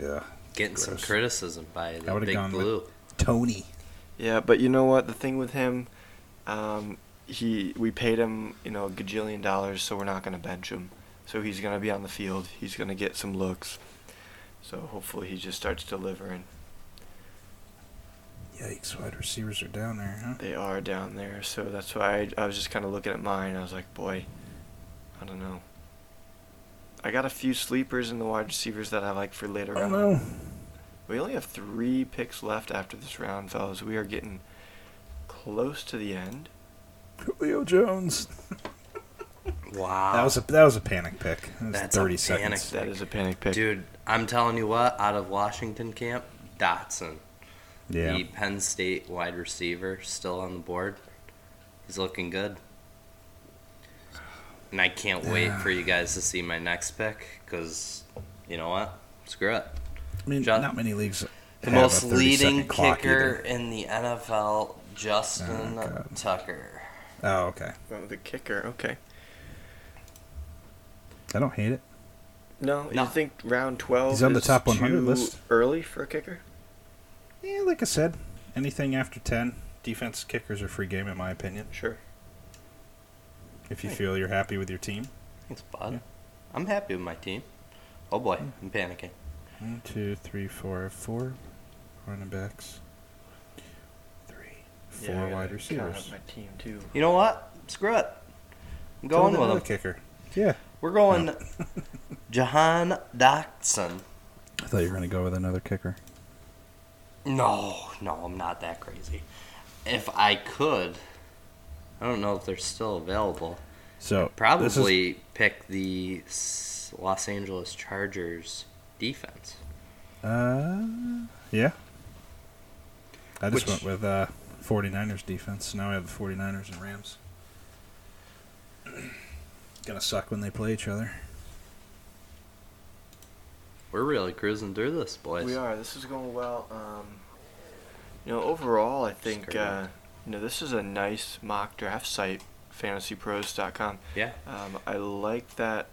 C: Yeah.
B: getting some
C: Gross.
B: criticism by
C: I
B: the
C: would've
B: Big
C: gone with-
B: Blue.
C: Tony.
A: Yeah, but you know what? The thing with him, um, he we paid him you know a gajillion dollars, so we're not going to bench him. So he's going to be on the field. He's going to get some looks. So hopefully he just starts delivering.
C: Yikes, wide receivers are down there, huh?
A: They are down there, so that's why I, I was just kind of looking at mine. I was like, boy, I don't know. I got a few sleepers in the wide receivers that I like for later
C: Oh,
A: on.
C: no.
A: We only have three picks left after this round, fellas. We are getting close to the end.
C: Julio Jones.
B: Wow.
C: That was a that was a panic pick. That was
B: That's a
C: 30
B: panic
C: seconds.
A: That is a Ah. panic pick.
B: Dude, I'm telling you what, out of Washington camp, Dotson,
C: Yeah.
B: the Penn State wide receiver, still on the board. He's looking good. And I can't wait
C: Yeah.
B: for you guys to see my next pick because, you know what? Screw it.
C: I mean,
B: John-
C: not many leagues.
B: The
C: have a
B: most
C: 30
B: leading
C: second clock
B: kicker
C: either.
B: in the NFL, Justin
C: Oh, God.
B: Tucker.
C: Oh, okay.
A: Oh, the kicker. Okay.
C: I don't hate it.
A: No,
B: No.
A: you think round twelve
C: He's on the
A: is
C: top 100
A: too
C: list.
A: early for a kicker?
C: Yeah, like I said, anything after 10, defense kickers are free game, in my opinion.
A: Sure.
C: If you
B: Hey.
C: feel you're happy with your team.
B: Thanks, bud.
C: Yeah.
B: I'm happy with my team. Oh boy, I'm panicking.
C: One, two, three, four, four running backs. Three, four wide receivers.
A: my team too.
B: You know what? Screw it. I'm going
C: Throw
B: with
C: another
B: him.
C: kicker. Yeah.
B: We're
C: *laughs*
B: going Jahan Dotson.
C: I thought you were going to go with another kicker.
B: No, no, I'm not that crazy. If I could, I don't know if they're still available.
C: So this is-
B: Probably pick the S- Los Angeles Chargers defense.
C: Uh, yeah. I just
B: Which-
C: went with uh, 49ers defense. Now I have the 49ers and Rams. *clears throat* Gonna suck when they play each other.
B: We're really cruising through this, boys.
A: We are. This is going well. Um, you know, overall, I think
B: Screw it.
A: uh, you know this is a nice mock draft site, FantasyPros.com.
B: Yeah.
A: Um, I like that.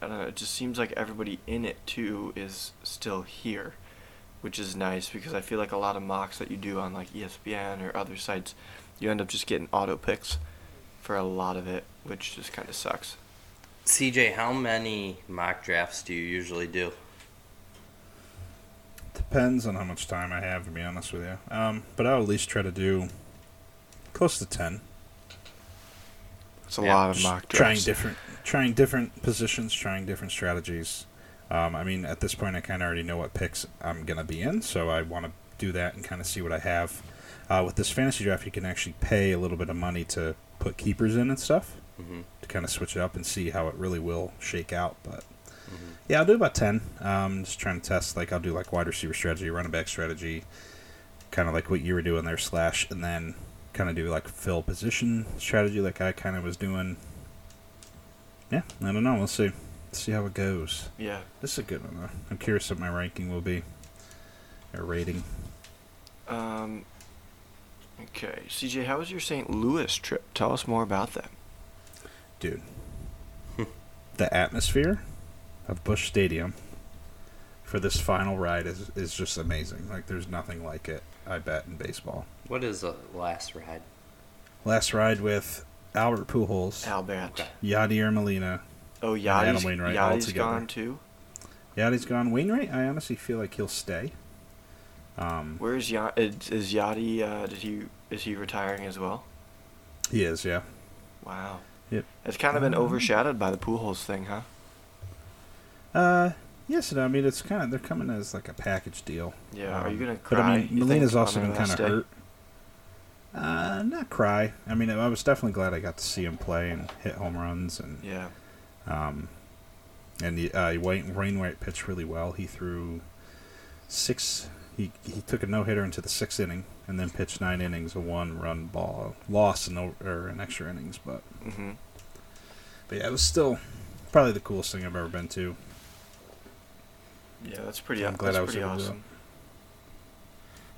A: I don't know. It just seems like everybody in it too is still here, which is nice because I feel like a lot of mocks that you do on like E ESPN or other sites, you end up just getting auto picks for a lot of it, which just kind of sucks.
B: CJ, how many mock drafts do you usually do?
C: Depends on how much time I have, to be honest with you. Um, but I'll at least try to do close to 10.
A: It's a
B: Yeah,
A: lot of
C: Just
A: mock
C: trying
A: drafts.
C: different, trying different positions, trying different strategies. Um, I mean, at this point, I kind of already know what picks I'm gonna be in, so I want to do that and kind of see what I have. Uh, with this fantasy draft, you can actually pay a little bit of money to put keepers in and stuff
B: Mm-hmm.
C: to kind of switch it up and see how it really will shake out. But yeah, I'll do about ten. Um, just trying to test. Like I'll do like wide receiver strategy, running back strategy, kind of like what you were doing there, slash, and then kind of do like fill position strategy, like I kind of was doing. Yeah, I don't know. We'll see. see how it goes.
A: Yeah,
C: This is a good one though. I'm curious what my ranking will be. Or rating.
A: Um, okay, CJ, how was your St. Louis trip? Tell us more about that.
C: dude. the atmosphere of Bush Stadium for this final ride is is just amazing. Like there's nothing like it. I bet in baseball.
B: What is the last ride?
C: Last ride with Albert Pujols,
A: Albert.
B: Okay.
C: Yadier Molina,
A: Oh,
C: Adam
A: Yachty's,
C: Wainwright
A: Yachty's
C: altogether.
A: gone too.
C: Yachty's gone. Wainwright, I honestly feel like he'll stay. Um,
A: Where is Yachty? Is, is Yachty? Uh, did he? Is he retiring as well?
C: he is, yeah.
A: Wow.
C: Yep.
A: It's kind of been
C: Mhm.
A: overshadowed by the Pujols thing, huh?
C: Uh, yes, and I mean it's kind of they're coming as like a package deal.
A: Yeah. Are
C: Um,
A: you gonna cry?
C: But I mean,
A: you think,
C: Molina's also
A: on
C: been
A: her
C: kind
A: last
C: of
A: day?
C: hurt. Uh, not cry. I mean, I was definitely glad I got to see him play and hit home runs and
A: Yeah.
C: Um, and the uh, Wain- Wainwright pitched really well. He threw six. He he took a no hitter into the sixth inning, and then pitched nine innings, a one run ball loss, and no or an extra innings. But
A: Mm-hmm.
C: but yeah, it was still probably the coolest thing I've ever been to.
A: Yeah, that's pretty.
C: I'm glad
A: that's
C: I was
A: pretty
C: able to do
A: awesome.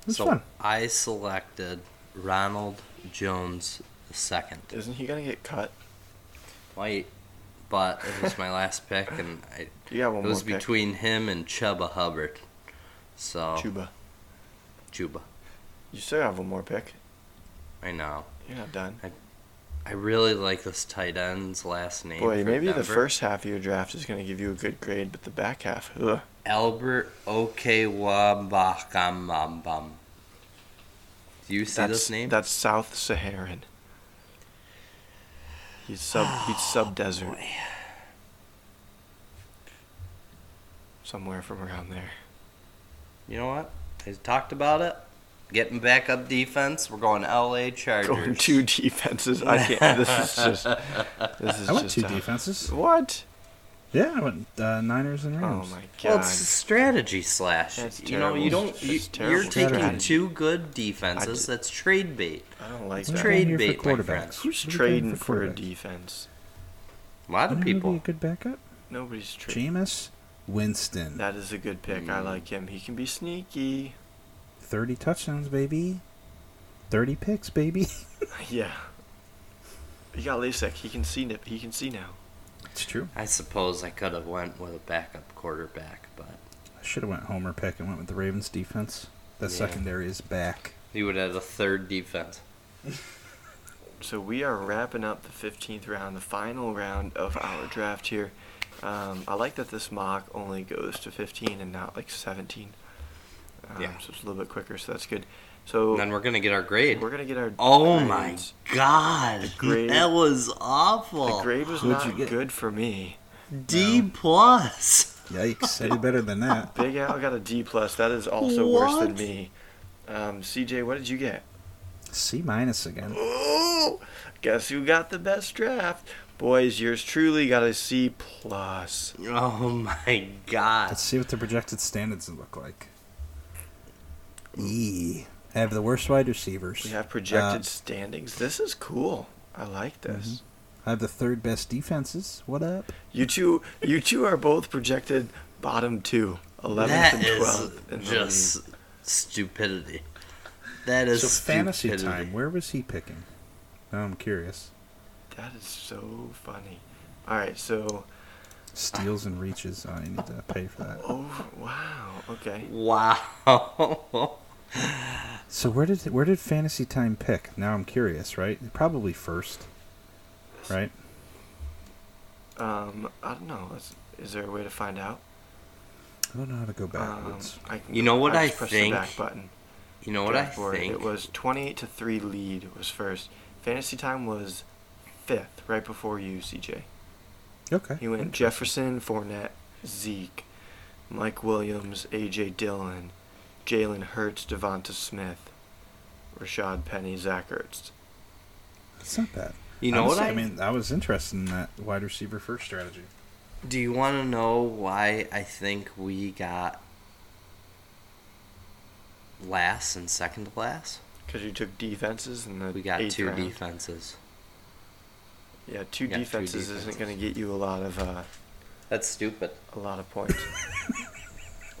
C: It was
B: so
C: fun.
B: I selected Ronald Jones II.
A: Isn't he gonna get cut?
B: White, but it was my last pick, and I,
A: You got
B: it
A: one
B: was
A: more pick.
B: between him and Chuba Hubbard. So
A: Chuba.
B: Chuba,
A: You still have one more pick.
B: I know.
A: You're not done.
B: I really like this tight end's last name.
A: Boy,
B: for
A: maybe the
B: Denver.
A: first half of your draft is gonna give you a good grade, but the back half, ugh.
B: Albert Okewabakambam. Do you see
A: that's,
B: this name?
A: That's South Saharan. He's
B: *sighs*
A: sub. he's sub-desert.
B: Oh, Boy.
A: somewhere from around there.
B: You know what? I talked about it. Getting back up defense. We're going LA
A: *laughs*
B: Chargers.
A: Going two defenses. I can't. This *laughs* is just. This is
C: I went
A: just
C: two
A: tough.
C: defenses.
A: What?
C: Yeah, I went uh, Niners and Rams.
A: Oh my god.
B: Well, it's a strategy slash.
A: That's
B: you know, you
A: terrible.
B: don't. You,
A: That's terrible
B: you're taking
A: strategy.
B: two good defenses. That's trade bait.
A: I don't like
C: We're
A: that.
C: down
B: trade
C: here for
B: bait, my friend.
C: quarterbacks.
A: Who's
C: We're down
A: trading for a
C: quarterbacks.
A: defense?
B: A lot of
C: Wouldn't he be
B: people.
C: a good backup.
A: Nobody's trading.
C: Jameis Winston,
A: That is a good pick. I like him. He can be sneaky. *laughs*
C: thirty touchdowns, baby. Thirty picks, baby. *laughs*
A: yeah. He got LASIK. He can see. nip- He can see now.
C: it's true.
B: I suppose I could have went with a backup quarterback, but
C: I should have went Homer pick and went with the Ravens defense. The
B: Yeah.
C: secondary is back.
B: you would have had a third defense.
A: So we are wrapping up the 15th round, the final round of *sighs* our draft here. Um, I like that this mock only goes to 15 and not like 17. Um,
B: Yeah.
A: So it's a little bit quicker, so that's good. So
B: And then we're gonna get our grade.
A: we're going to get our.
B: Oh my
A: grades.
B: god,
A: grade-
B: that was awful.
A: The grade was
C: What'd you
A: not
C: get?
A: good for me.
B: D plus.
A: *laughs*
C: Yikes! Any better than that?
A: Big Al got a D. plus. That is also worse than
B: What?
A: me. Um, CJ, what did you get?
C: C minus again.
A: Ooh, guess who got the best draft? Boys, yours truly got a C. plus.
B: Oh my god.
C: Let's see what the projected standards look like. E. Have the worst wide receivers.
A: We have projected
C: Uh,
A: standings. This is cool. I like this.
B: mm-hmm.
C: have the third best defenses. What up?
A: You two, you two are both projected bottom two, 11th
B: That
A: and
B: is
A: 12th. in the
B: just
A: league.
B: stupidity. That is
C: so fantasy
B: stupidity.
C: time. Where was he picking? Now I'm curious.
A: that is so funny. All right, so
C: Steals and reaches. I need to pay for that.
A: oh wow, okay.
B: Wow. *laughs*
C: So where did where did fantasy time pick? Now I'm curious. Right? Probably first. Right?
A: Um, I don't know. Is, is there a way to find out?
C: I don't know how to go
A: Um,
C: backwards.
A: I can,
B: You know what
A: just
B: I
A: pressed
B: think?
A: The back button.
B: You know what I
A: Draft board.
B: think?
A: It was 28 to three lead was first. Fantasy time was fifth, right before you, CJ.
C: okay.
A: He went Jefferson, Fournette, Zeke, Mike Williams, A.J. Dillon, Jalen Hurts, Devonta Smith, Rashad Penny, Zach Ertz.
C: It's not bad.
B: You know
C: Honestly,
B: what I,
C: mean, I was interested in that wide receiver first strategy.
B: Do you want to know why I think we got last and second to last?
A: Because you took defenses and the
B: We got
A: eighth
B: two
A: round.
B: defenses.
A: Yeah, two
B: We got two
A: defenses isn't
B: defenses.
A: going to get you a lot of uh,
B: That's stupid.
A: a lot of
C: *laughs*
A: points.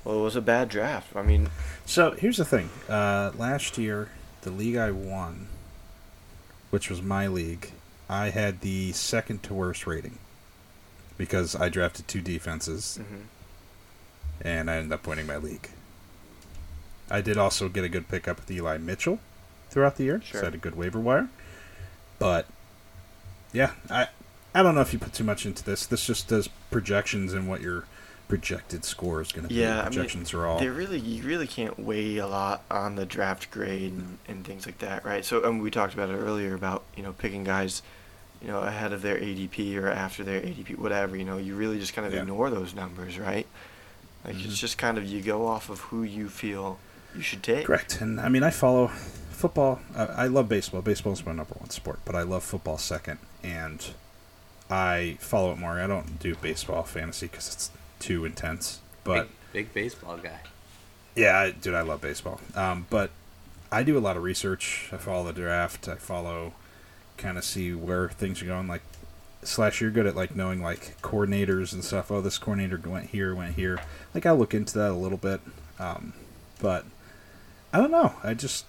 A: well, it was a bad draft. I mean,
C: So here's the thing: uh, last year, the league I won, which was my league, I had the second to worst rating because I drafted two defenses
A: mhm.
C: and I ended up winning my league. I did also get a good pickup with Eli Mitchell throughout the year.
A: Sure.
C: So I had a good waiver wire, but yeah, I I don't know if you put too much into this. This just does projections and what your projected score is going to be.
A: Yeah, I mean,
C: projections are all.
A: They really, you really can't weigh a lot on the draft grade and, and things like that, right? So, and we talked about it earlier about you know picking guys, you know, ahead of their ADP or after their ADP, whatever. You know, you really just kind of
C: Yeah.
A: ignore those numbers, right? Like
C: Mhm.
A: it's just kind of you go off of who you feel you should take.
C: Correct. And I mean, I follow football. I, I love baseball. Baseball is my number one sport, but I love football second. And I follow it more. I don't do baseball fantasy because it's too intense. But
B: big, big baseball guy.
C: yeah, I, dude, I love baseball. Um, but I do a lot of research. I follow the draft. I follow, kind of see where things are going. Like slash, you're good at like knowing like coordinators and stuff. Oh, this coordinator went here, went here. Like I look into that a little bit. Um, but I don't know. I just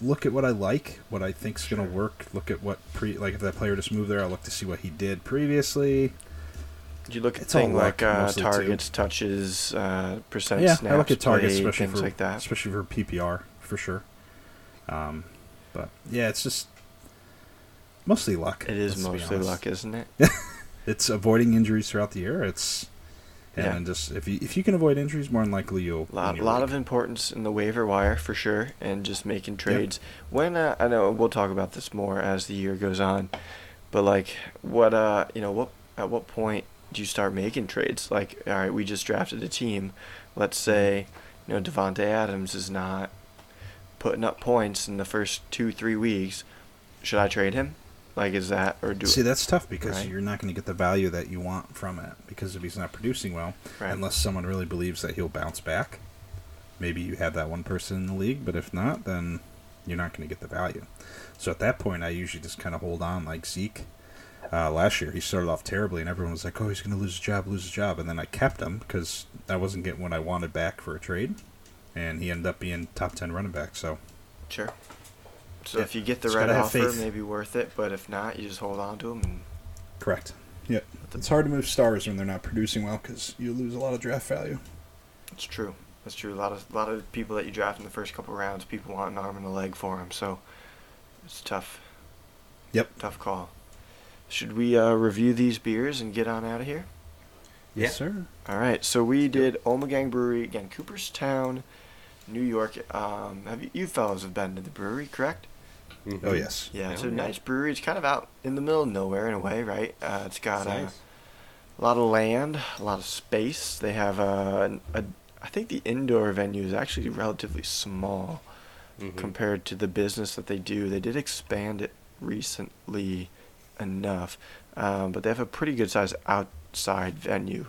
C: look at what I like, what I think's gonna
A: Sure.
C: work. Look at what pre like if that player just moved there, I look to see what he did previously.
A: You look at
C: It's all
A: things
C: luck
A: like uh,
C: mostly, too.
A: targets, touches, uh, percentage
C: yeah,
A: snaps
C: I look at targets,
A: played,
C: especially
A: things
C: for
A: like that.
C: especially for PPR for sure. Um, but yeah, it's just mostly luck.
A: It is
C: let's be
A: mostly
C: honest.
A: luck, isn't it?
C: It's avoiding injuries throughout the year. It's and
A: Yeah.
C: then just if you if you can avoid injuries, more than likely you'll
A: A lot,
C: win your
A: lot
C: league.
A: of importance in the waiver wire for sure, and just making trades. When uh, I know we'll talk about this more as the year goes on, but like what uh you know what at what point do you start making trades? Like all right, we just drafted a team. Let's
C: Mm-hmm.
A: say you know Devonte Adams is not putting up points in the first two three weeks. Should I trade him? Like is that or do
C: See, that's tough because
A: Right.
C: you're not going to get the value that you want from it because if he's not producing well,
A: Right.
C: unless someone really believes that he'll bounce back, maybe you have that one person in the league, but if not, then you're not going to get the value. So at that point, I usually just kind of hold on like Zeke. Uh, last year, he started off terribly, and everyone was like, oh, he's going to lose his job, lose his job. And then I kept him because I wasn't getting what I wanted back for a trade, and he ended up being top 10 running back. So
A: Sure. So
C: Yeah,
A: if you get the
C: just
A: right
C: gotta have
A: offer,
C: faith.
A: maybe worth it. But if not, you just hold on to him. And
C: Correct. Yep. It's hard to move stars when they're not producing well because you lose a lot of draft value.
A: it's true. That's true. A lot of a lot of people that you draft in the first couple rounds, people want an arm and a leg for them. So it's tough.
C: Yep.
A: Tough call. Should we uh, review these beers and get on out of here?
C: Yes, sir.
A: All right. So we did Omegang Brewery again, Cooperstown, New York. Um, have you, you fellows have been to the brewery, correct?
C: Oh, yes.
A: Yeah. it's a
B: Yeah.
A: nice brewery. It's kind of out in the middle of nowhere in a way, right? Uh, it's got
B: It's
A: a. Uh,
B: nice.
A: a lot of land, a lot of space. They have a, a I think the indoor venue is actually relatively small
B: Mhm.
A: compared to the business that they do. They did expand it recently enough, um, but they have a pretty good sized outside venue.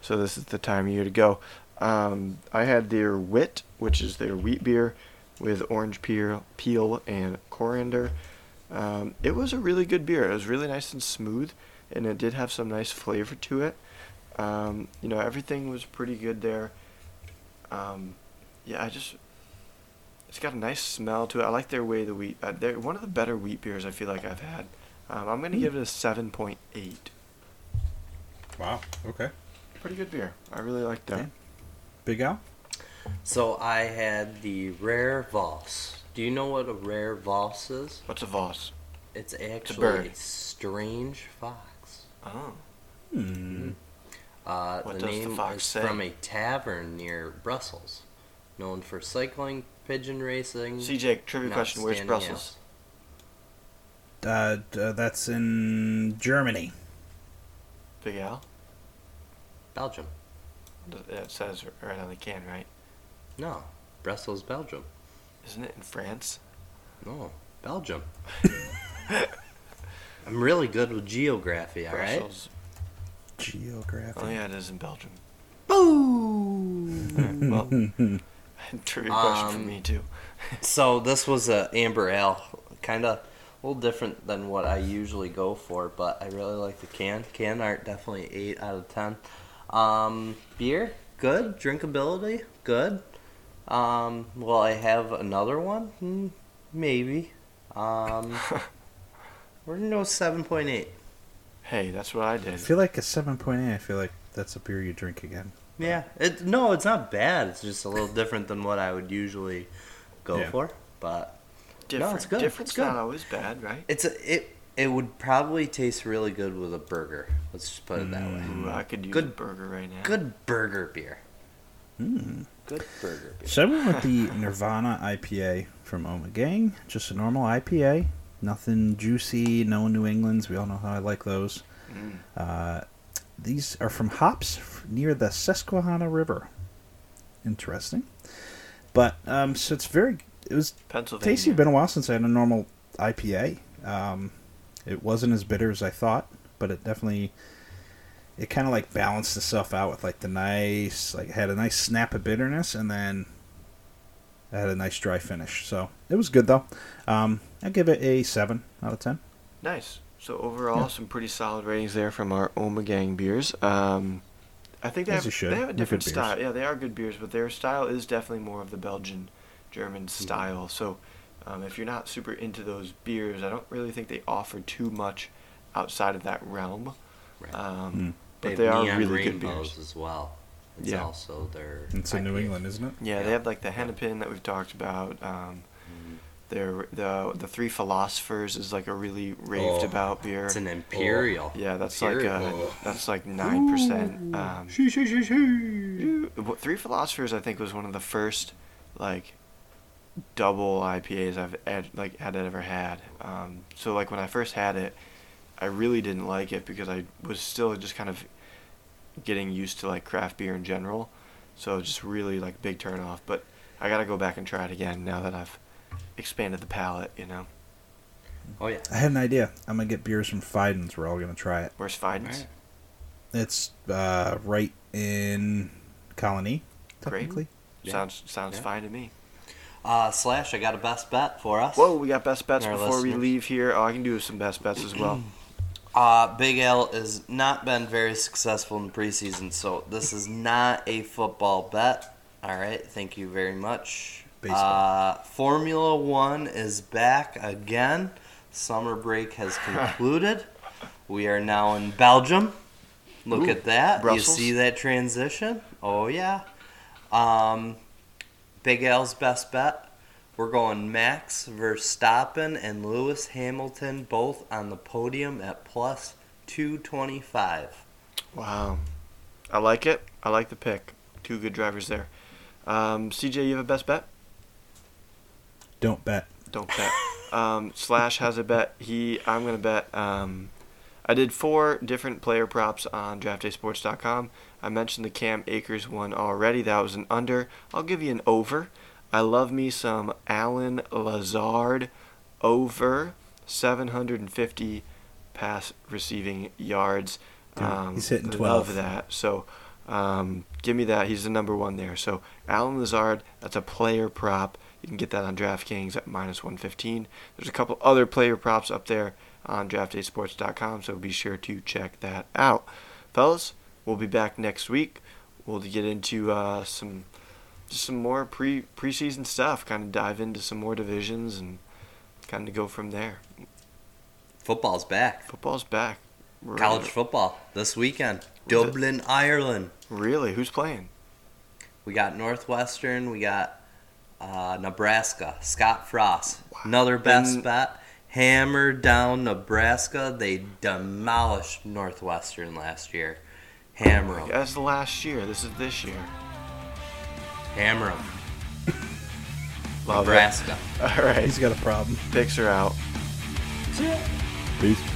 A: So this is the time of year to go. Um, I had their wit, which is their wheat beer, with orange peel, peel and coriander. Um, it was a really good beer. It was really nice and smooth, and it did have some nice flavor to it. Um, you know, everything was pretty good there. Um, yeah, I just it's got a nice smell to it. I like their way the wheat. Uh, they're one of the better wheat beers I feel like I've had. Um, I'm gonna give it a seven point eight.
C: Wow. Okay.
A: Pretty good beer. I really like that.
C: Yeah. Big Al?
B: So I had the rare Voss. Do you know what a rare Voss is?
A: What's a Voss?
B: It's actually a,
A: bird.
B: strange fox.
A: Oh,
C: Hmm.
B: Uh,
A: What
B: the
A: does the
B: name
A: fox
B: is
A: say?
B: from a tavern near Brussels, known for cycling, pigeon racing.
A: CJ, trivia
B: not
A: question. Where's
B: standing
A: Brussels?
C: Uh, d- uh, that's in Germany.
A: Big Al.
B: out. Belgium.
A: It says right on the can, right?
B: No, Brussels, Belgium.
A: Isn't it in France?
B: No, Belgium. I'm really good with geography. All right.
A: Brussels.
C: Geographic.
A: Oh yeah, it is in Belgium.
B: Boo.
A: well,
C: *laughs*
A: *laughs* trivia question for
B: Um,
A: me too.
B: So this was a amber ale, kind of a little different than what I usually go for, but I really like the can. Can art definitely eight out of ten. Um, beer good, drinkability good. Um, will I have another one? Hmm, maybe. Um, we're gonna go seven point eight.
A: Hey, that's what I
C: I
A: did.
C: feel like a 7.8. I feel like that's a beer you drink *laughs* again.
B: Yeah. It no, it's not bad. It's just a little different than what I would usually go
C: Yeah.
B: for, but
A: Different.
B: it's good.
A: Different's
B: It's good.
A: not always bad, right?
B: It's a, it It would probably taste really good with a burger. Let's just put it that way.
A: Ooh, I could use
B: Mm. Good-
A: a burger right now.
B: Good burger beer.
A: Mm.
B: Good burger beer.
C: So I went with the Nirvana IPA from Oma Gang. Just a normal IPA. Nothing juicy, no New Englands. We all know how I like those. Uh, these are from hops f- near the Susquehanna River. Interesting. But, um, so it's very, it was
A: Pennsylvania.
C: tasty. It's been a while since I had a normal IPA. Um, it wasn't as bitter as I thought, but it definitely it kind of like balanced itself out with like the nice like had a nice snap of bitterness and then it had a nice dry finish. So it was good though. Um, I give it a seven out of ten.
A: Nice. So overall, some pretty solid ratings there from our Oma Gang beers. Um, I think they
C: As
A: have,
C: you should.
A: they have a
C: They're
A: different
C: good beers.
A: style. Yeah, they are good beers, but their style is definitely more of the Belgian,
B: Mm.
A: German style. So um, if you're not super into those beers, I don't really think they offer too much outside of that realm.
B: Right. Mm.
A: Um, But
B: have
A: they are
B: neon
A: really good
B: rainbows
A: beers.
B: as well. It's
A: Yeah.
B: also their.
C: It's in New
B: IPA.
C: England, isn't it?
A: Yeah, they have like the Hennepin that we've talked about. Um,
B: Mm-hmm.
A: their the the Three Philosophers is like a really raved
B: Oh,
A: about beer.
B: It's an imperial.
A: Yeah, that's like
B: Imperial.
A: uh, that's like nine percent. Um, Wh- Three Philosophers, I think, was one of the first like double IPAs I've ed- like had ever had. Um, so like when I first had it, I really didn't like it because I was still just kind of getting used to like craft beer in general. So just really like big turn off. But I gotta go back and try it again now that I've expanded the palate. You know,
B: Oh yeah.
C: I had an idea. I'm gonna get beers from Fidens. We're all gonna try it.
A: where's Fidens?
B: Alright.
C: It's uh, right in Colony,
A: Great.
C: technically.
B: Yeah.
A: Sounds sounds
B: Yeah.
A: fine to me.
B: Uh, Slash, I got a best bet for us.
A: Whoa, we got best bets
B: Our
A: before we
B: listeners.
A: leave here. Oh, I can do some best bets as well.
B: Uh, Big L has not been very successful in the preseason, so this is not a football bet. All right, thank you very much.
C: Baseball.
B: Uh, Formula One is back again. Summer break has concluded. we are now in Belgium. Look
A: Ooh,
B: at that.
A: Brussels.
B: You see that transition? Oh, yeah. Um, Big L's best bet. We're going Max Verstappen and Lewis Hamilton both on the podium at plus 225.
A: Wow. I like it. I like the pick. Two good drivers there. Um, CJ, you have a best bet?
C: Don't bet.
A: Don't bet. um, Slash has a bet. He, I'm going to bet. Um, I did four different player props on draftdaysports.com. I mentioned the Cam Akers one already. That was an under. I'll give you an over. I love me some Alan Lazard over 750 pass receiving yards.
C: Dude,
A: um,
C: he's hitting
A: Love
C: 12.
A: that. So um, give me that. He's the number one there. So Alan Lazard, that's a player prop. You can get that on DraftKings at minus 115. There's a couple other player props up there on draftdaysports.com, so be sure to check that out. Fellas, we'll be back next week. We'll get into uh, some just some more pre preseason stuff, kind of dive into some more divisions and kind of go from there.
B: Football's back.
A: Football's back. We're-
B: College football this weekend.
A: Was it-
B: Dublin, Ireland.
A: Really? Who's playing?
B: We got Northwestern. We got uh, Nebraska. Scott Frost. Another best
A: And-
B: bet. Hammer down Nebraska. They demolished Northwestern last year. Hammer 'em.
A: That's the last year. This is this year.
B: Hammer 'em.
A: Love it.
B: Nebraska.
A: Oh, *laughs* All right.
C: He's got a problem.
A: Picks are out.
C: Peace.